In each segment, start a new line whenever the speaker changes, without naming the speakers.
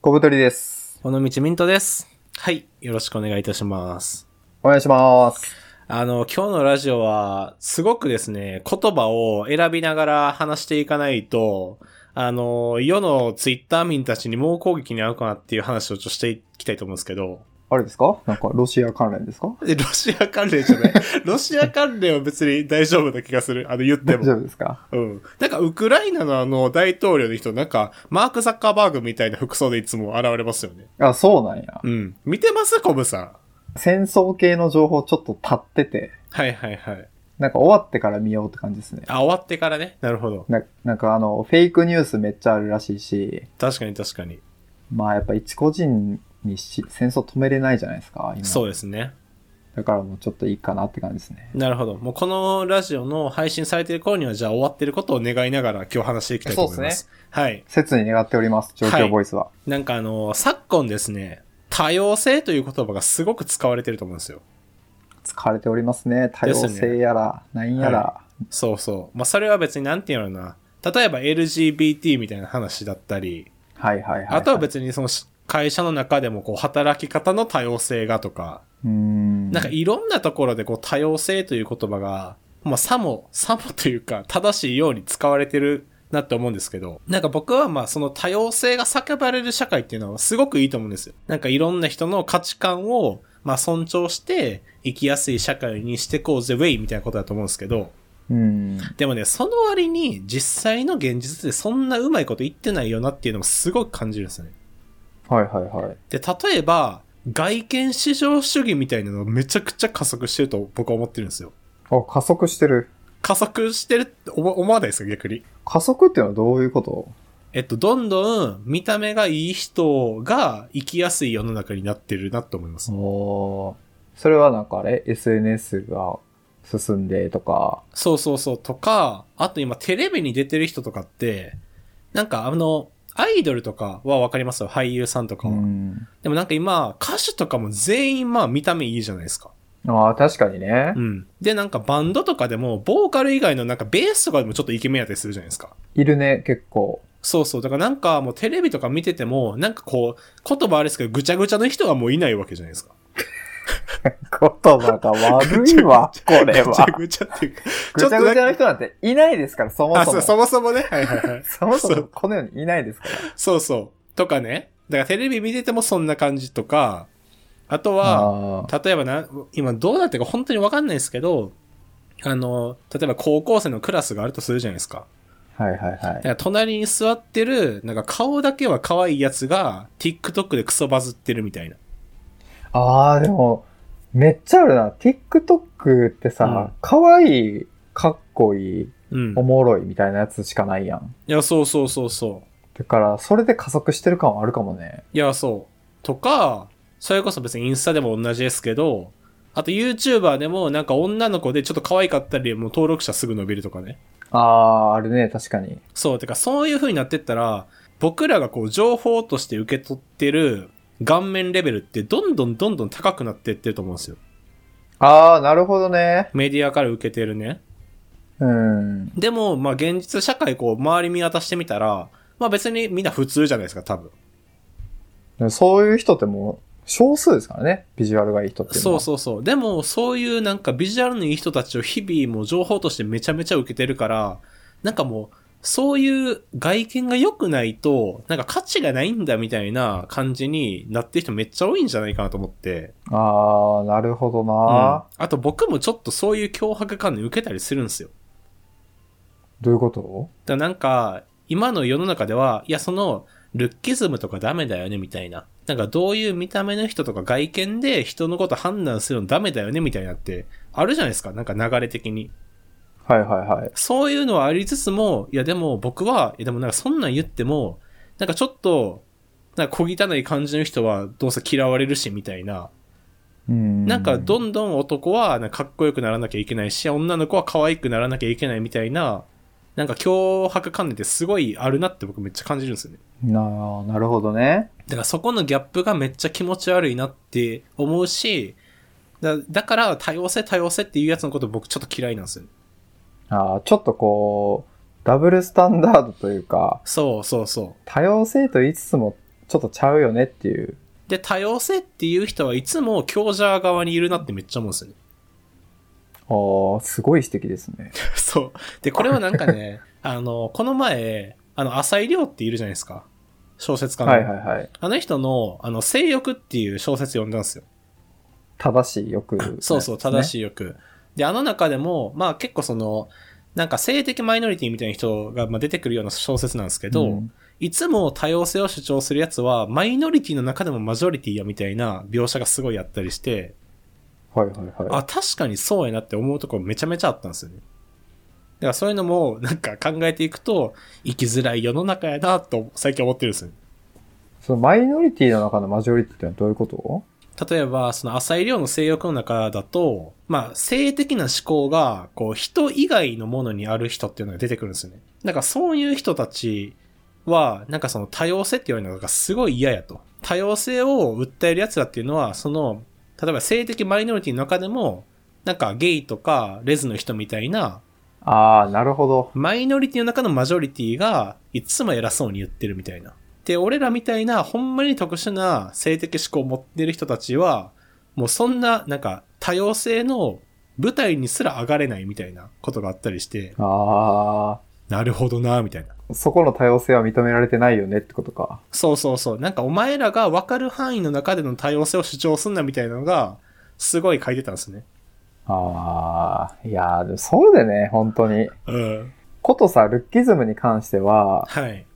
小太りです。
この道ミントです。はい。よろしくお願いいたします。
お願いします。
あの、今日のラジオは、すごくですね、言葉を選びながら話していかないと、あの、世のツイッター民たちに猛攻撃に遭うかなっていう話をちょっとしていきたいと思うんですけど、
あれですかなんかロシア関連ですか
えロシア関連じ ゃない。ロシア関連は別に大丈夫な気がする。あの、言って
大丈
も。
夫ですか
うん。なんか、ウクライナのあの、大統領の人、なんか、マーク・ザッカーバーグみたいな服装でいつも現れますよね。
あ、そうなんや。
うん。見てますコブさん。
戦争系の情報ちょっと立ってて、
はいはいはい。
なんか終わってから見ようって感じですね。
あ、終わってからね。なるほど。
ななんかあの、フェイクニュースめっちゃあるらしいし、
確かに確かに。
まあやっぱ一個人にし戦争止めれないじゃないですか、今。
そうですね。
だからもうちょっといいかなって感じですね。
なるほど。もうこのラジオの配信されてる頃には、じゃあ終わってることを願いながら今日話していきたいと思い
そう
ま。
ですす
はい。
切に願っております、状況ボイスは。
なんかあの、昨今ですね、多様性という言葉がすごく使われてると思うんですよ。
疲れておりますね。多様性やら、なんやら。
そうそう。まあそれは別になんていうのかな。例えば LGBT みたいな話だったり、
はい、はいはいはい
あとは別にそのし会社の中でもこう働き方の多様性がとか、
うーん。
なんかいろんなところでこう多様性という言葉が、まあ、さも、さもというか正しいように使われてるなって思うんですけど、なんか僕はまあその多様性が叫ばれる社会っていうのはすごくいいと思うんですよ。なんかいろんな人の価値観をまあ尊重して生きやすい社会にしてこうぜ、ウェイみたいなことだと思うんですけど、
うん。
でもね、その割に実際の現実でそんなうまいこと言ってないよなっていうのもすごく感じるんですよね。
はいはいはい。
で、例えば、外見至上主義みたいなのめちゃくちゃ加速してると僕は思ってるんですよ。
あ、加速してる。
加速してるって思思わないですか逆に。
加速っていうのはどういうこと
えっと、どんどん見た目がいい人が生きやすい世の中になってるなと思います。
おーそれはなんかあれ ?SNS が進んでとか。
そうそうそう。とか、あと今テレビに出てる人とかって、なんかあの、アイドルとかはわかりますよ。俳優さんとか
う
は。
ん。
でもなんか今、歌手とかも全員まあ見た目いいじゃないですか。
ああ、確かにね
う。ん。で、なんかバンドとかでも、ボーカル以外のなんかベースとかでもちょっとイケメンやったりするじゃないですか。
いるね、結構。
そうそう。だからなんかもうテレビとか見てても、なんかこう、言葉あれですけど、ぐちゃぐちゃの人がもういないわけじゃないですか。
言葉が悪い わ、これ
ぐちゃ
は。
ぐちゃっていうか。
ぐちゃぐちゃ
の
の人なんていないですから、そも
あ、
そ
そう、
も。
そもそもね。はいはいはい。
そもそ
そ
も
う
この世にいないですから。
そうそう。とかね。だからテレビ見ててもそんな感じとか、あとは、
あ
例えばな、今どうなってるか本当にわかんないですけど、あの、例えば高校生のクラスがあるとするじゃないですか。
あ。はいはいは
だ
い
か。ら隣に座ってる、なんか顔だけは可愛いやつが、TikTok でクソバズってるみたいな。
ああ、でも、めっちゃあるな。TikTok って
うん
さ、可、愛、いい、かっこいい、
うん
お。もろいみたいなやつしかないやん。
いや、そうそうそうそう。
だから、それで加速してる感はあるかもね。
いや、そう。とか、それこそ別にインスタでも同じですけど、あと YouTuber でもなんか女の子でちょっと可愛かったり、もう登録者すぐ伸びるとかね。
ああ、あるね、確かに。
そう、てかそういう風になってったら、僕らがこう情報として受け取ってる顔面レベルってどんどんどんどん高くなってってると思うんですよ。
ああ、なるほどね。
メディアから受けてるね。
うん。
でも、まあ現実社会こう周り見渡してみたら、まあ別にみんな普通じゃないですか、多分。
そういう人ってもう、少数ですからね。ビジュアルがいい人っていうの
そ
は。
うそうそう。でも、そういうなんかビジュアルのいい人たちを日々もう情報としてめちゃめちゃ受けてるから、なんかもう、そういう外見が良くないと、なんか価値がないんだみたいな感じになってる人めっちゃ多いんじゃないかなと思って。
ああ、なるほどな、
うんあと僕もちょっとそういう脅迫観念受けたりするんですよ。
どういうこと
だからなんか、今の世の中では、いや、その、ルッキズムとかダメだよね、みたいな。なんか、どういう見た目の人とか外見で人のこと判断するのダメだよね、みたいなって、あるじゃないですか、なんか流れ的に。
はいはいはい。
そういうのはありつつも、いや、でも僕は、いや、でもなんかそんなん言っても、なんかちょっと、なんか小汚い感じの人はどうせ嫌われるし、みたいな。
うん。
なんかどんどん男はなんかかっこよくならなきゃいけないし、女の子は可愛くならなきゃいけないみたいな、なんか脅迫観念ってすごいあるなって僕めっちゃ感じるんですよね。
なあ、なるほどね。
だからそこのギャップがめっちゃ気持ち悪いなって思うし、だだから多様性多様性っていうやつのこと僕ちょっと嫌いなんですよね。
ああ、ちょっとこう、ダブルスタンダードというか、
そうそうそう。
多様性と言いつつも、ちょっとちゃうよねっていう。
で、多様性っていう人はいつも強者側にいるなってめっちゃ思うんですよね。
ああ、すごい指摘ですね。
そう。で、これはなんかね、あの、この前、あの、浅井亮っているじゃないですか。小説家の。
はいはいはい。
あの人の、あの、性欲っていう小説読んだんですよ。
正しい欲、
そうそう、正
い。
しい欲。で、あの中でも、まあ結構その、なんか性的マイノリティみたいな人がまあ出てくるような小説なんですけど、
うん
いつも多様性を主張するやつは、マイノリティの中でもマジョリティやみたいな描写がすごいあったりして、
はいはいはい。
あ、確かにそうやなって思うところめちゃめちゃあったんですよね。だからそういうのも、なんか考えていくと、生きづらい世の中やなと最近思ってるんですよ。
そのマイノリティの中のマジョリティってのはどういうこと
例えば、その浅い量の性欲の中だと、まあ、性的な思考が、こう、人以外のものにある人っていうのが出てくるんですよね。だからそういう人たちは、なんかその多様性って言われるのがすごい嫌やと。多様性を訴える奴らっていうのは、その、例えば性的マイノリティの中でも、なんかゲイとかレズの人みたいな、
ああ、なるほど。
マイノリティの中のマジョリティがいつも偉そうに言ってるみたいな。で、俺らみたいなほんまに特殊な性的思考を持ってる人たちは、もうそんな、なんか多様性の舞台にすら上がれないみたいなことがあったりして、
あ
なるほどな、みたいな。
あ、そこの多様性は認められてないよねってことか。
そうそうそう。なんかお前らが分かる範囲の中での多様性を主張すんなみたいなのが、すごい書いてたんですね。
ああ、いやー、でもそうだよね、本当に。
うん。
ことさ、ルッキズムに関しては、
はい。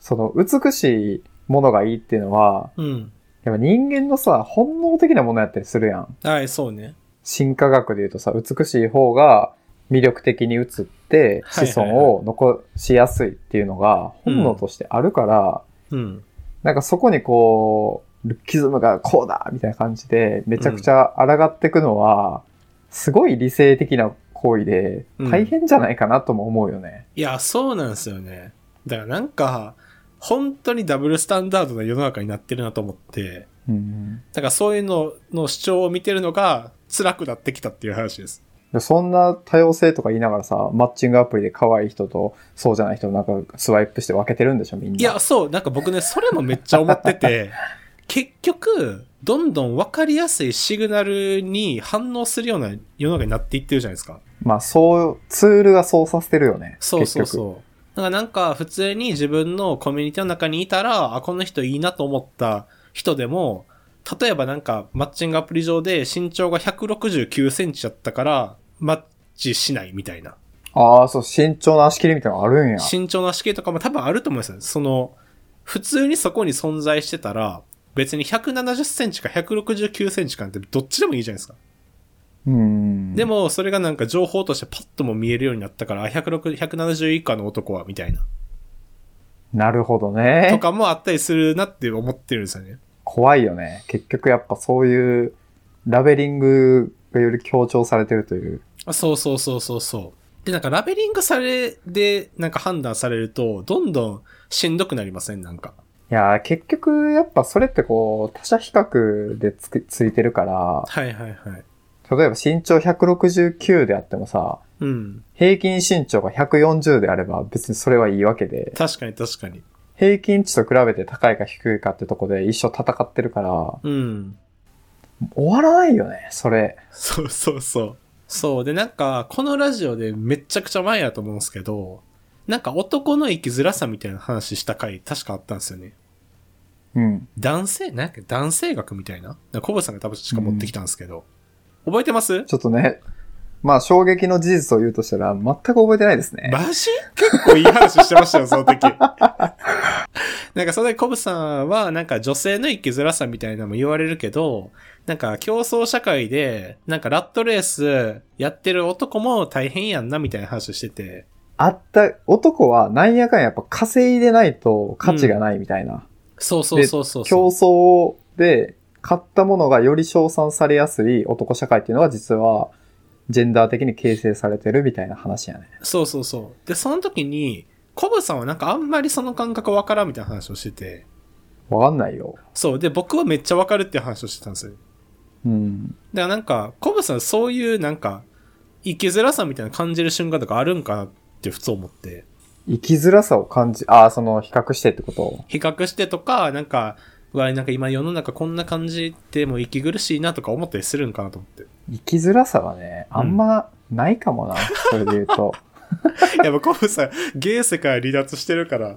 その美しいものがいいっていうのは、
うん。
やっぱ人間のさ、本能的なものやったりするやん。
はい、そうね。
進化学で言うとさ、美しい方が魅力的に移って
はいはいはい
子孫を残しやすいっていうのが本能としてあるから、
うん。
なんかそこにこう、ルッキズムがこうだみたいな感じで、めちゃくちゃ抗っていくのは、すごい理性的な行為で
うん、
大変じゃないかなとも思うよね。
いや、そうなんですよね。だからなんか、本当にダブルスタンダードな世の中になってるなと思って、
うん
だからそういうのの主張を見てるのが辛くなってきたっていう話です。
でそんな多様性とか言いながらさ、マッチングアプリで可愛い人とそうじゃない人なんかスワイプして分けてるんでしょ、みんな。
いや、そう、なんか僕ね、それもめっちゃ思って て、結局、どんどん分かりやすいシグナルに反応するような世の中になっていってるじゃないですか。
まあそう、ツールがそうさせてるよね。
そうそう
結局
そう。だからなんか普通に自分のコミュニティの中にいたら、あ、この人いいなと思った人でも、例えばなんかマッチングアプリ上で身長が169センチだったから、マッチしないみたいな。
ああ、そう、慎重な足切りみたいなのあるんや。
身長の足切りとかも多分あると思うんですよ。その、普通にそこに存在してたら、別に170センチか169センチかってどっちでもいいじゃないですか。
うん。
で、もそれがなんか情報としてパッとも見えるようになったから、あ106 170以下の男はみたいな。
なるほど
と
ね。
かもあったりするなって思ってるんですよね。
怖いよね。結局やっぱそういうラベリングがより強調されてるという。
そうそうそうそうそう。で、なんかラベリングされ、で、なんか判断されると、どんどんしんどくなりませんなんか。
いやー、結局やっぱそれってこう、他者比較でつくついてるから、
はいはいはい。
例えば身長169であってもさ、
うん。
平均身長が140であれば別にそれはいいわけで、
確かに確かに。
平均値と比べて高いか低いかってとこで一生戦ってるから、
うん。
終わらないよね、それ。
そうそうそう。そう。で、なんか、このラジオでめちゃくちゃ前やと思うんですけど、なんか男の生きづらさみたいな話した回、確かあったんですよね。
うん。
男性、なんか男性学みたいな。なんかコブさんが多分しか持ってきたんですけど。覚えてます
ちょっとね、まあ衝撃の事実を言うとしたら全く覚えてないですね。
マジ結構いい話してました よ、その時。なんかそれでコブさんは、なんか女性の生きづらさみたいなのも言われるけど、なんか競争社会で、なんかラットレースやってる男も大変やんなみたいな話をしてて、
あった、男はなんやかんやっぱ稼いでないと価値がないみたいな。
そうそうそうそう
競
そ
争
う。
で買ったものがより称賛されやすい男社会っていうのは実はジェンダー的に形成されてるみたいな話やね。
そうそうそう。で、その時に、コブさんはなんかあんまりその感覚わからんみたいな話をしてて、
わかんないよ。
そう。で、僕はめっちゃわかるっていう話をしてたんですよ。
うん。
だからなんか、コブさんそういうなんか、生きづらさみたいな感じる瞬間とかあるんかなって普通思って。
生きづらさを感じ、ああ、その比較してってこと
比較してとか、なんか、うわ、なんか今世の中こんな感じでもう息苦しいなとか思ったりするんかなと思って。
生きづらさはね、あんまないかもな、それで言う と。
やっぱコブさん、ゲー世から離脱してるから、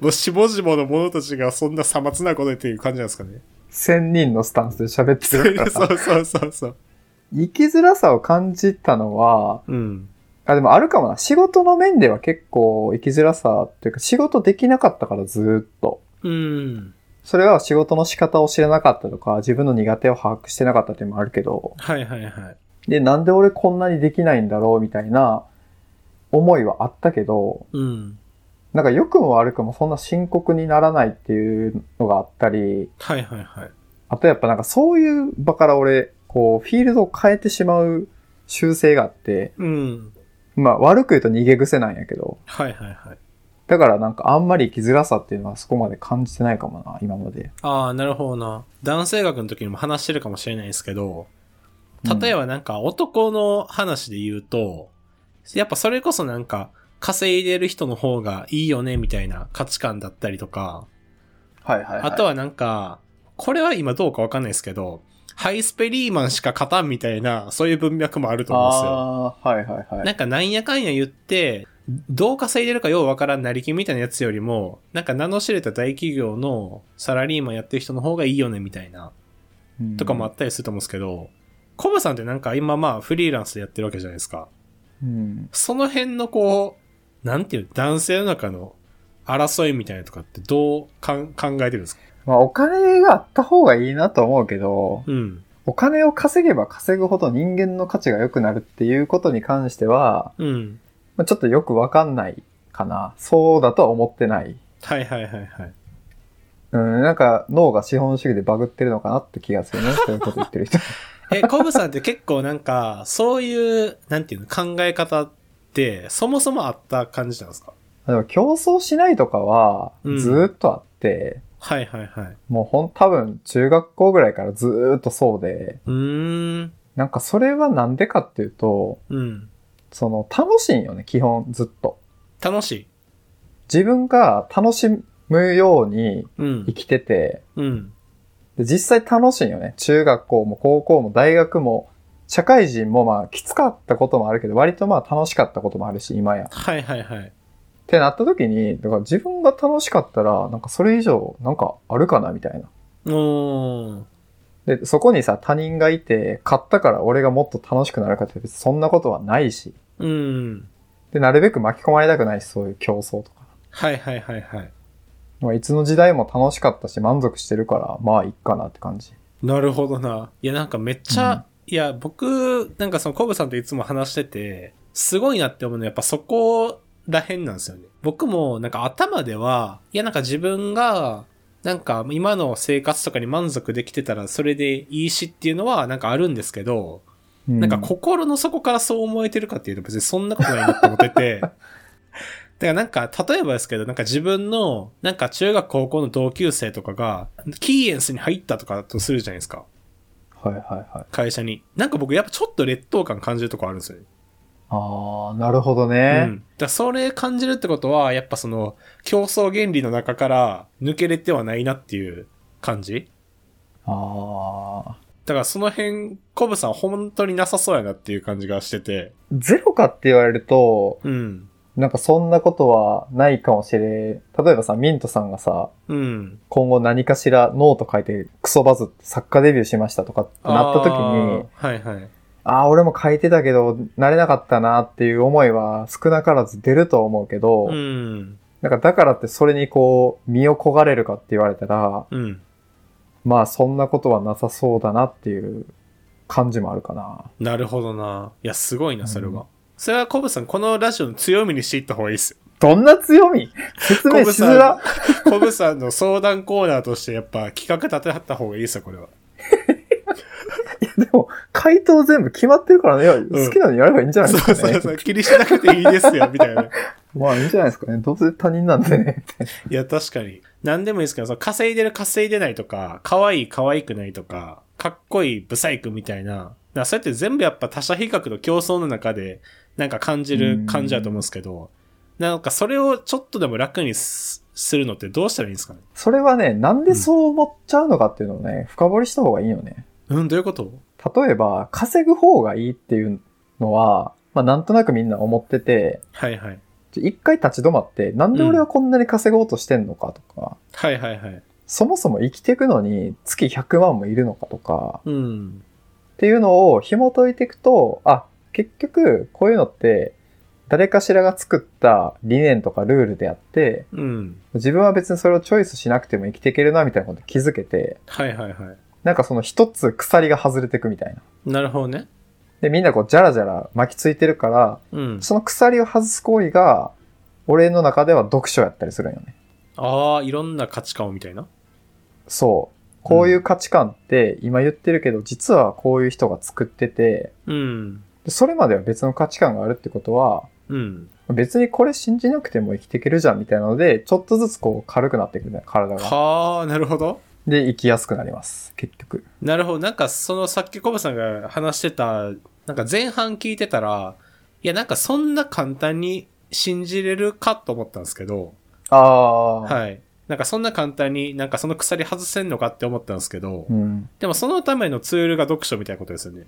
もうしぼじぼの者たちがそんなさまつなことっていう感じなんですかね。
千人のスタンスで喋ってるから
そ
さ。
うそうそうそう。
生きづらさを感じたのは、
うん。
あ、でもあるかもな。仕事の面では結構生きづらさっていうか、仕事できなかったからずーっと。
うん。
それは仕事の仕方を知らなかったとか、自分の苦手を把握してなかったっていうのもあるけど、
はいはいはい。
で、なんで俺こんなにできないんだろうみたいな思いはあったけど、
うん。
なんか良くも悪くもそんな深刻にならないっていうのがあったり、
はいはいはい。
あとやっぱなんかそういう場から俺、こう、フィールドを変えてしまう習性があって、
うん。
まあ悪く言うと逃げ癖なんやけど、
はいはいはい。
だからなんかあんまり生きづらさっていうのはそこまで感じてないかもな、今まで。
ああ、なるほどな。男性学の時にも話してるかもしれないですけど、
うん
例えばなんか男の話で言うと、やっぱそれこそなんか稼いでる人の方がいいよねみたいな価値観だったりとか、
はいはい、
あとはなんか、これは今どうかわかんないですけど、ハイスペリーマンしか勝たんみたいな、そういう文脈もあると思うんですよ。
ああー、はいはいはい。
なんかなんやかんや言って、どう稼いでるかようわからんなりきみたいなやつよりも、なんか名の知れた大企業のサラリーマンやってる人の方がいいよねみたいな、とかもあったりすると思うんですけど、コブさんってなんか今まあフリーランスでやってるわけじゃないですか。
うん。
その辺のこう、なんていう、男性の中の争いみたいなとかってどうかん考えてるんですか
まあお金があった方がいいなと思うけど、
うん。
お金を稼げば稼ぐほど人間の価値が良くなるっていうことに関しては、
うん。
まあちょっとよくわかんないかな。そうだとは思ってない。
はいはいはいはい。
うん、なんか脳が資本主義でバグってるのかなって気がするね。そういうこと言ってる人。
え、コブさんって結構なんか、そういう、なんていうの、考え方って、そもそもあった感じなんですか
でも競争しないとかは
うん
ずーっとあって、
はいはいはい。
もうほん多分中学校ぐらいからずーっとそうで、
うーん。
なんかそれはなんでかっていうと、
うん。
その楽しいんよね、基本ずっと。
楽しい。
自分が楽しむように
う
生
ん。
きてて、
うん。
で実際楽しいよね。中学校も高校も大学も、社会人もまあきつかったこともあるけど、割とまあ楽しかったこともあるし、今や。っ
はいはいはい。
てなった時に、だから自分が楽しかったら、なんかそれ以上なんかあるかなみたいな。
おー。
で、そこにさ、他人がいて、買ったから俺がもっと楽しくなるかって別にそんなことはないし。
うん。
で、なるべく巻き込まれたくないし、そういう競争とか。
はいはいはいはい。
まあ、いつの時代も楽しかったし、満足してるから、まあ、いっかなって感じ。
なるほどな。いや、なんかめっちゃ、いや、僕、なんかそのコブさんといつも話してて、すごいなって思うのはやっぱそこら辺なんですよね。僕もなんか頭では、いや、なんか自分が、なんか今の生活とかに満足できてたらそれでいいしっていうのはなんかあるんですけど、
う
なんか心の底からそう思えてるかっていうと別にそんなことないなって思って て。だからなんか、例えばですけど、なんか自分の、なんか中学高校の同級生とかが、キーエンスに入ったとかだとするじゃないですか。
はいはいはい。
会社に。なんか僕やっぱちょっと劣等感感じるとこあるんですよね。
あー、なるほど
う
ね
ん。。だからそれ感じるってことは、やっぱその、競争原理の中から抜けれてはないなっていう感じ
あー。
だからその辺、コブさん本当になさそうやなっていう感じがしてて。
ゼロかって言われると、
うん。
なんかそんなことはないかもしれ例えばさ、ミントさんがさ、
うん。
今後何かしらノート書いてクソバズって作家デビューしましたとかってなった時に、
あー。はいはい。
ああー、俺も書いてたけど、なれなかったなっていう思いは少なからず出ると思うけど、
うん。
なんかだからってそれにこう、身を焦がれるかって言われたら、
うん。
まあそんなことはなさそうだなっていう感じもあるかな。
なるほどな。いや、すごいな、それは。それはコブさん、このラジオの強みにしていった方がいいっすよ。
どんな強み説明しづら。
コブさんの相談コーナーとして、やっぱ企画立てはった方がいいっすよ、これは。
でも、回答全部決まってるからね、いや好きなのやればいいんじゃないです
そ
か
うそう
ね。
そう、気にしなくていいですよ、みたい な。い
まあいいんじゃないですかね。どうせ他人なんでね。
や、確かに。何でもいいですけど、その稼いでる、稼いでないとか、可愛い、可愛くないとか、かっこいい、ブサイクみたいな。だからそうやって全部やっぱ他者比較の競争の中でなんか感じる感じだと思うんですけど、なんかそれをちょっとでも楽にすするのってどうしたらいいんですかね
それはね、なんでそう思っちゃうのかっていうのをね、深掘りした方がいいよね。
うん、どういうこと
例えば、稼ぐ方がいいっていうのは、まあなんとなくみんな思ってて、
はいはい。
ちょ一回立ち止まって、なんで俺はこんなに稼ごうとしてんのかとか、
はいはいはい。
そもそも生きていくのに月100万もいるのかとか、
うん。
っていうのを紐解いていくと、あ、結局こういうのって誰かしらが作った理念とかルールであって、
うん。
自分は別にそれをチョイスしなくても生きていけるなみたいなことに気づけて、
はいはいは
なんかその一つ鎖が外れていくみたいな。
い。なるほどね。
で、みんなこうジャラジャラ巻きついてるから、
うん。
その鎖を外す行為が、俺の中では読書やったりするんよね。
ああ、いろんな価値観をみたいな。
そう。こういう価値観って今言ってるけど、実はこういう人が作ってて、
うん。
でそれまでは別の価値観があるってことは、
うん。
別にこれ信じなくても生きていけるじゃんみたいなので、ちょっとずつこう軽くなっていくみたいな体が。
はあ、なるほど。
で、生きやすくなります。結局。
なるほど。なんか、そのさっきコブさんが話してた、なんか前半聞いてたら、いや、なんかそんな簡単に信じれるかと思ったんですけど、
ああ。い。
はい。なんかそんな簡単になんかその鎖外せんのかって思ったんですけど
う、ん。
でもそのためのツールが読書みたいなことですよね。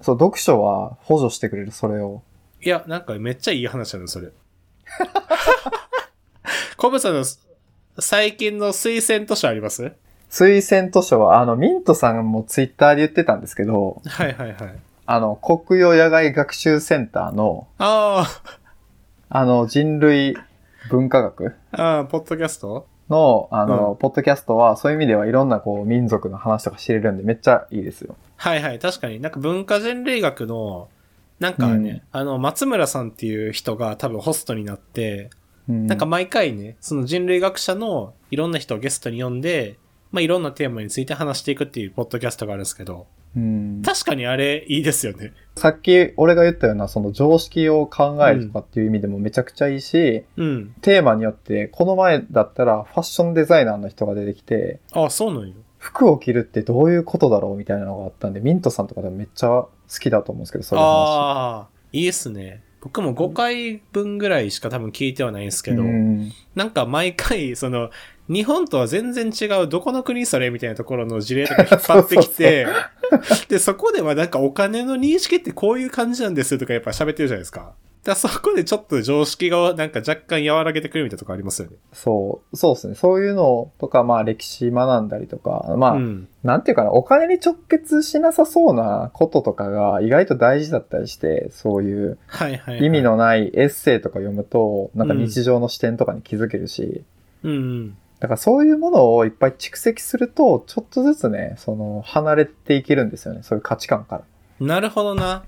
そう、読書は補助してくれる、それを。
いや、なんかめっちゃいい話なの、 それ。コブさんの最近の推薦図書あります
推薦図書は、あの、ミントさんもツイッターで言ってたんですけど、
はいはいはい。
あの、国用野外学習センターの、
あ
あの、人類文化学
あ、ああ、ポッドキャスト
の、あの、
う
ポッドキャストは、そういう意味ではいろんなこう、民族の話とか知れるんで、めっちゃいいですよ。
はいはい、確かになんか文化人類学の、なんかね、あの、松村さんっていう人が多分ホストになって、
うん
なんか、毎回ね、その人類学者のいろんな人をゲストに呼んで、まあ、いろんなテーマについて話していくっていうポッドキャストがあるんですけど、
うん。
確かにあれいいですよね。
さっき俺が言ったような、その常識を考えるとかっていう意味でもめちゃくちゃいいし、
うん。
テーマによって、この前だったらファッションデザイナーの人が出てきて、
ああ、そうなんよ。
服を着るってどういうことだろうみたいなのがあったんで、ミントさんとかでもめっちゃ好きだと思うんですけど、そういう話。
ああ、いいっすね。僕も5回分ぐらいしか多分聞いてはないんですけど、
うん
なんか毎回、その、日本とは全然違う、どこの国それみたいなところの事例とか引っ張ってきて、で、そこではなんかお金の認識ってこういう感じなんですとかやっぱ喋ってるじゃないですか。だからそこでちょっと常識がなんか若干和らげてくるみたいなとこありますよね。
そう、そうですね。そういうのとか、まあ歴史学んだりとか、まあ、
うん。
なんていうかな、お金に直結しなさそうなこととかが意外と大事だったりして、そういう
はいはい、はい。
意味。のないエッセイとか読むと、なんか日常の視点とかに気づけるし、
うんうん。
だからそういうものをいっぱい蓄積すると、ちょっとずつね、その、離れていけるんですよね。そういう価値観から。
なるほどな。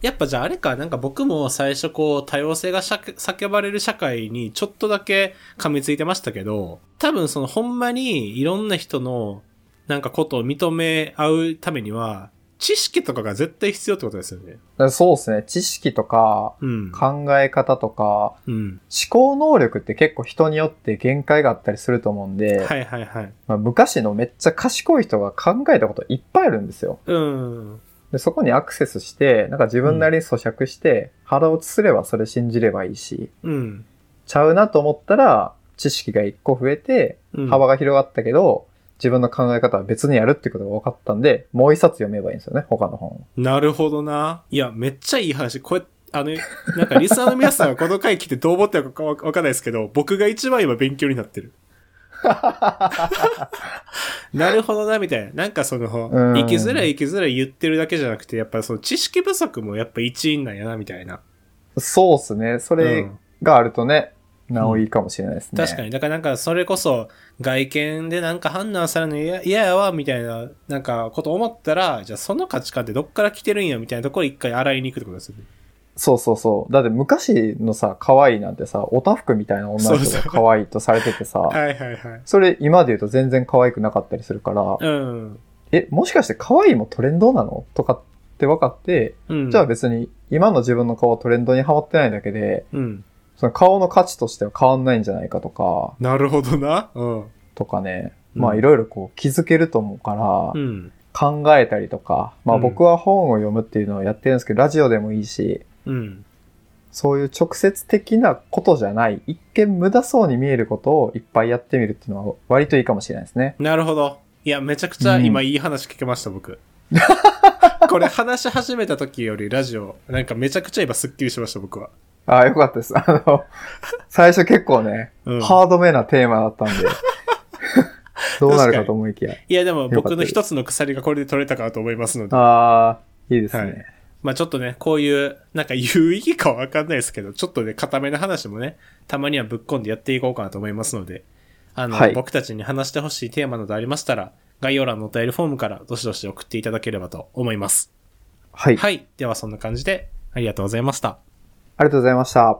やっぱじゃああれか、なんか僕も最初こう多様性がしゃく叫ばれる社会にちょっとだけ噛みついてましたけど、多分そのほんまにいろんな人のなんかことを認め合うためには、知識とかが絶対必要ってことですよね。
だからそうですね。知識とか、
うん。
考え方とか、
うん。
思考能力って結構人によって限界があったりすると思うんで、
はいはいはい。
まあ、昔のめっちゃ賢い人が考えたこといっぱいあるんですよ。
うん。
でそこにアクセスして、なんか自分なりに咀嚼して、腹落ちすればそれ信じればいいし、
うん。
ちゃうなと思ったら、知識が一個増えて、
うん、
幅が広がったけど、自分の考え方は別にやるってことが分かったんで、もう一冊読めばいいんですよね、他の本を。
なるほどな。いや、めっちゃいい話。これ、あの、なんかリスナーの皆さんがこの回聞いてどう思ってるかわわかんないですけど、僕が一番今勉強になってる。 なるほどな、みたいな。なんかその、
うん
生きづらい生きづらい言ってるだけじゃなくて、やっぱその知識不足もやっぱ一因なんやな、みたいな。
そうっすね。そうれ
ん、
があるとね、なおいいかもしれないですね。
確かに。だからなんかそれこそ、外見でなんか判断されるの嫌嫌やわ、みたいな、なんかこと思ったら、じゃあその価値観ってどっから来てるんや、みたいなところ一回洗いに行くってことですよね。
そうそうそう。だって昔のさ、可愛いなんてさ、おたふくみたいな女の人
そう
が
そう
可愛いとされてて さ、
はいはいはい。
それ今で言うと全然可愛くなかったりするから、
うん。
え、もしかして可愛いもトレンドなのとかって分かって、
うん。
じゃあ別に今の自分の顔はトレンドにハマってないだけで、
うん。
その顔の価値としては変わんないんじゃないかとか、
なるほどな。うん。
とかね、
うん
まあいろいろこう気づけると思うから、
うん。
考えたりとか、まあ
うん
僕は本を読むっていうのをやってるんですけど、ラジオでもいいし、
うん。
そういう直接的なことじゃない、一見無駄そうに見えることをいっぱいやってみるっていうのは割といいかもしれないですね。
なるほど。いや、めちゃくちゃ
うん
今いい話聞けまし た、僕。これ話し始めた時よりラジオ、なんかめちゃくちゃ今スッキリしました、僕は。
ああ、よかったです。あの、最初結構ね、
うん
ハードめなテーマだったん で、どうなるかと思いきや。
いや、でも
よか
僕
った
の
です
一つの鎖がこれで取れたかなと思いますので。
ああ、いいですね。
はいまあちょっとね、こういう、なんか有意義かわかんないですけど、ちょっとね、固めの話もね、たまにはぶっこんでやっていこうかなと思いますので、あの、
はい
僕たちに話してほしいテーマなどありましたら、概要欄のお便りフォームからどしどし送っていただければと思います。
はい。あり
はい。ではそんな感じで、ありがとうございました。
がとうございました。